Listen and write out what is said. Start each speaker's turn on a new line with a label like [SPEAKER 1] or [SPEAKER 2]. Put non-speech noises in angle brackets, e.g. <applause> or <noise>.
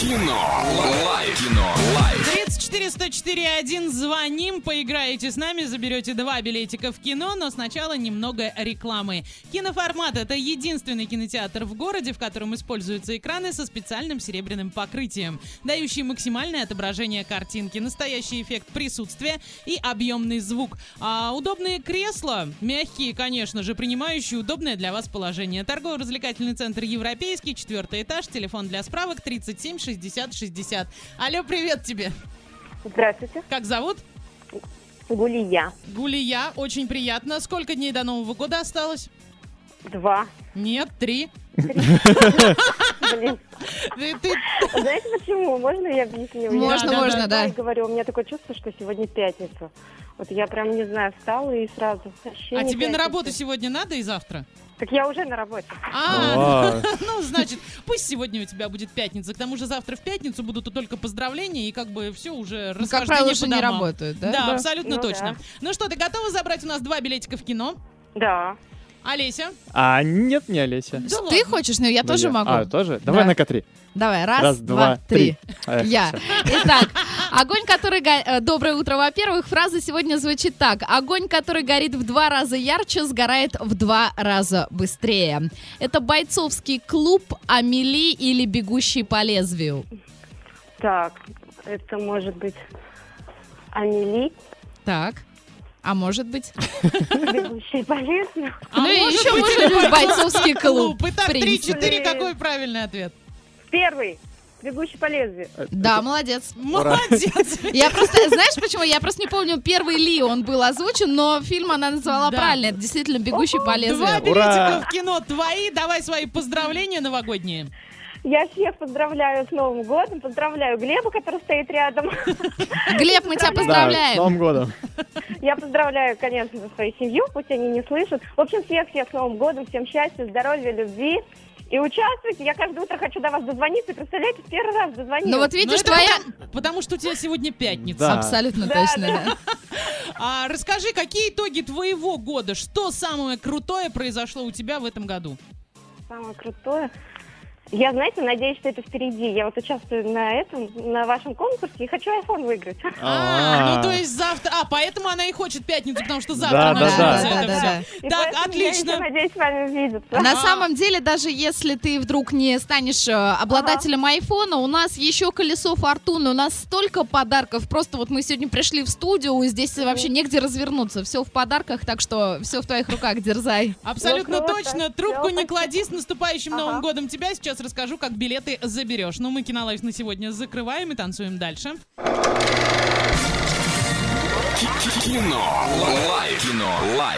[SPEAKER 1] Кино. Лайф. Кино. Лайф.
[SPEAKER 2] 34-104-1, звоним, поиграете с нами, заберете два билетика в кино, но сначала немного рекламы. Киноформат — это единственный кинотеатр в городе, в котором используются экраны со специальным серебряным покрытием, дающие максимальное отображение картинки, настоящий эффект присутствия и объемный звук. А удобные кресла, мягкие, конечно же, принимающие удобное для вас положение. Торгово-развлекательный центр «Европейский», четвертый этаж, телефон для справок 37 60 60. Алло, привет тебе!
[SPEAKER 3] Здравствуйте,
[SPEAKER 2] Как зовут?
[SPEAKER 3] Гулия.
[SPEAKER 2] Гулия, очень приятно. Сколько дней до Нового года осталось?
[SPEAKER 3] Два.
[SPEAKER 2] Нет, три.
[SPEAKER 3] Блин,
[SPEAKER 2] Ты- ты-
[SPEAKER 3] знаете почему? Можно я объясню?
[SPEAKER 2] Можно,
[SPEAKER 3] я,
[SPEAKER 2] можно,
[SPEAKER 3] Я говорю, у меня такое чувство, что сегодня пятница. Вот я прям, не знаю, встала и сразу. вообще
[SPEAKER 2] А
[SPEAKER 3] не
[SPEAKER 2] тебе на
[SPEAKER 3] пятница.
[SPEAKER 2] работу сегодня надо и завтра?
[SPEAKER 3] Так я уже на работе.
[SPEAKER 2] А, ну, значит, пусть сегодня у тебя будет пятница. К тому же завтра в пятницу будут только поздравления и как бы все уже
[SPEAKER 4] Ну, Как
[SPEAKER 2] расхождение
[SPEAKER 4] правило,
[SPEAKER 2] по
[SPEAKER 4] уже не
[SPEAKER 2] домам.
[SPEAKER 4] работают,
[SPEAKER 2] Да,
[SPEAKER 4] да?
[SPEAKER 2] абсолютно
[SPEAKER 3] Ну
[SPEAKER 2] точно.
[SPEAKER 3] да.
[SPEAKER 2] Ну что, ты готова забрать у нас два билетика в кино?
[SPEAKER 3] Да.
[SPEAKER 2] Олеся?
[SPEAKER 5] А нет, не Олеся.
[SPEAKER 2] Да
[SPEAKER 4] Ты
[SPEAKER 2] ладно.
[SPEAKER 4] хочешь, но я
[SPEAKER 5] Ну,
[SPEAKER 4] тоже могу.
[SPEAKER 5] А, тоже? Давай
[SPEAKER 4] Да.
[SPEAKER 5] на Э, К3.
[SPEAKER 4] Давай, раз, два, три.
[SPEAKER 5] Эх,
[SPEAKER 4] Я.
[SPEAKER 5] всё.
[SPEAKER 6] Итак, огонь, который го- э, Доброе утро, во-первых. Фраза сегодня звучит так. Огонь, который горит в два раза ярче, сгорает в два раза быстрее. Это бойцовский клуб Амели или Бегущий по лезвию.
[SPEAKER 3] Так, это может быть Амели,
[SPEAKER 4] Так. А может быть?
[SPEAKER 3] бегущий полезно.
[SPEAKER 2] А
[SPEAKER 6] ну и
[SPEAKER 2] может
[SPEAKER 6] еще
[SPEAKER 2] быть,
[SPEAKER 6] может быть бойцовский клуб.
[SPEAKER 2] клуб. Итак,
[SPEAKER 6] в принципе.
[SPEAKER 2] три-четыре,
[SPEAKER 3] Блин.
[SPEAKER 2] какой правильный ответ?
[SPEAKER 3] Первый. Бегущий по лезвию.
[SPEAKER 4] Да, молодец. <laughs>
[SPEAKER 2] Молодец!
[SPEAKER 6] Я просто, знаешь почему? Я просто не помню, первый ли он был озвучен, но фильм она назвала
[SPEAKER 2] Да.
[SPEAKER 6] правильно. Это действительно «Бегущий по
[SPEAKER 2] Два
[SPEAKER 6] лезвию».
[SPEAKER 5] Ура!
[SPEAKER 2] билетика в кино твои. Давай свои поздравления новогодние.
[SPEAKER 3] Я всех поздравляю с Новым годом, поздравляю Глеба, который стоит рядом.
[SPEAKER 6] Глеб, мы тебя
[SPEAKER 5] Да, с
[SPEAKER 6] поздравляем.
[SPEAKER 5] Новым годом.
[SPEAKER 3] Я поздравляю, конечно, же, свою семью, пусть они не слышат. В общем, всех-всех с Новым годом, всем счастья, здоровья, любви. И участвуйте. Я каждое утро хочу до вас дозвониться. Представляете, в первый раз дозвонилась.
[SPEAKER 6] Ну вот
[SPEAKER 2] Ну,
[SPEAKER 6] видишь,
[SPEAKER 2] это
[SPEAKER 6] твоя...
[SPEAKER 2] потом- Потому что у тебя сегодня пятница.
[SPEAKER 5] Да.
[SPEAKER 6] Абсолютно
[SPEAKER 3] Да,
[SPEAKER 6] точно, да.
[SPEAKER 2] А расскажи, какие итоги твоего года? Что самое крутое произошло у тебя в этом году?
[SPEAKER 3] Самое крутое. Я, знаете, надеюсь, что это впереди. Я вот участвую на этом, на вашем конкурсе и хочу iPhone выиграть.
[SPEAKER 2] А,
[SPEAKER 5] А.
[SPEAKER 2] ну то есть завтра... А, поэтому она и хочет пятницу, потому что
[SPEAKER 5] Да,
[SPEAKER 2] завтра
[SPEAKER 5] да,
[SPEAKER 2] начнется
[SPEAKER 5] да.
[SPEAKER 2] это всё.
[SPEAKER 3] И
[SPEAKER 2] Так,
[SPEAKER 3] поэтому я
[SPEAKER 2] отлично.
[SPEAKER 3] еще надеюсь с вами увидеться.
[SPEAKER 6] На
[SPEAKER 2] Ага.
[SPEAKER 6] самом деле, даже если ты вдруг не станешь э, обладателем айфона, у нас еще колесо фортуны, у нас столько подарков. Просто вот мы сегодня пришли в студию, и здесь вообще негде развернуться. Все в подарках, так что все в твоих руках, дерзай.
[SPEAKER 2] Абсолютно
[SPEAKER 3] Ну, круто.
[SPEAKER 2] точно. Трубку
[SPEAKER 3] Всё,
[SPEAKER 2] не
[SPEAKER 3] спасибо.
[SPEAKER 2] клади. С наступающим
[SPEAKER 3] Ага.
[SPEAKER 2] Новым годом тебя. Сейчас расскажу, как билеты заберешь. Ну, мы Кинолайф на сегодня закрываем и танцуем дальше.
[SPEAKER 1] Кино. Лайф. Кино. Лайф.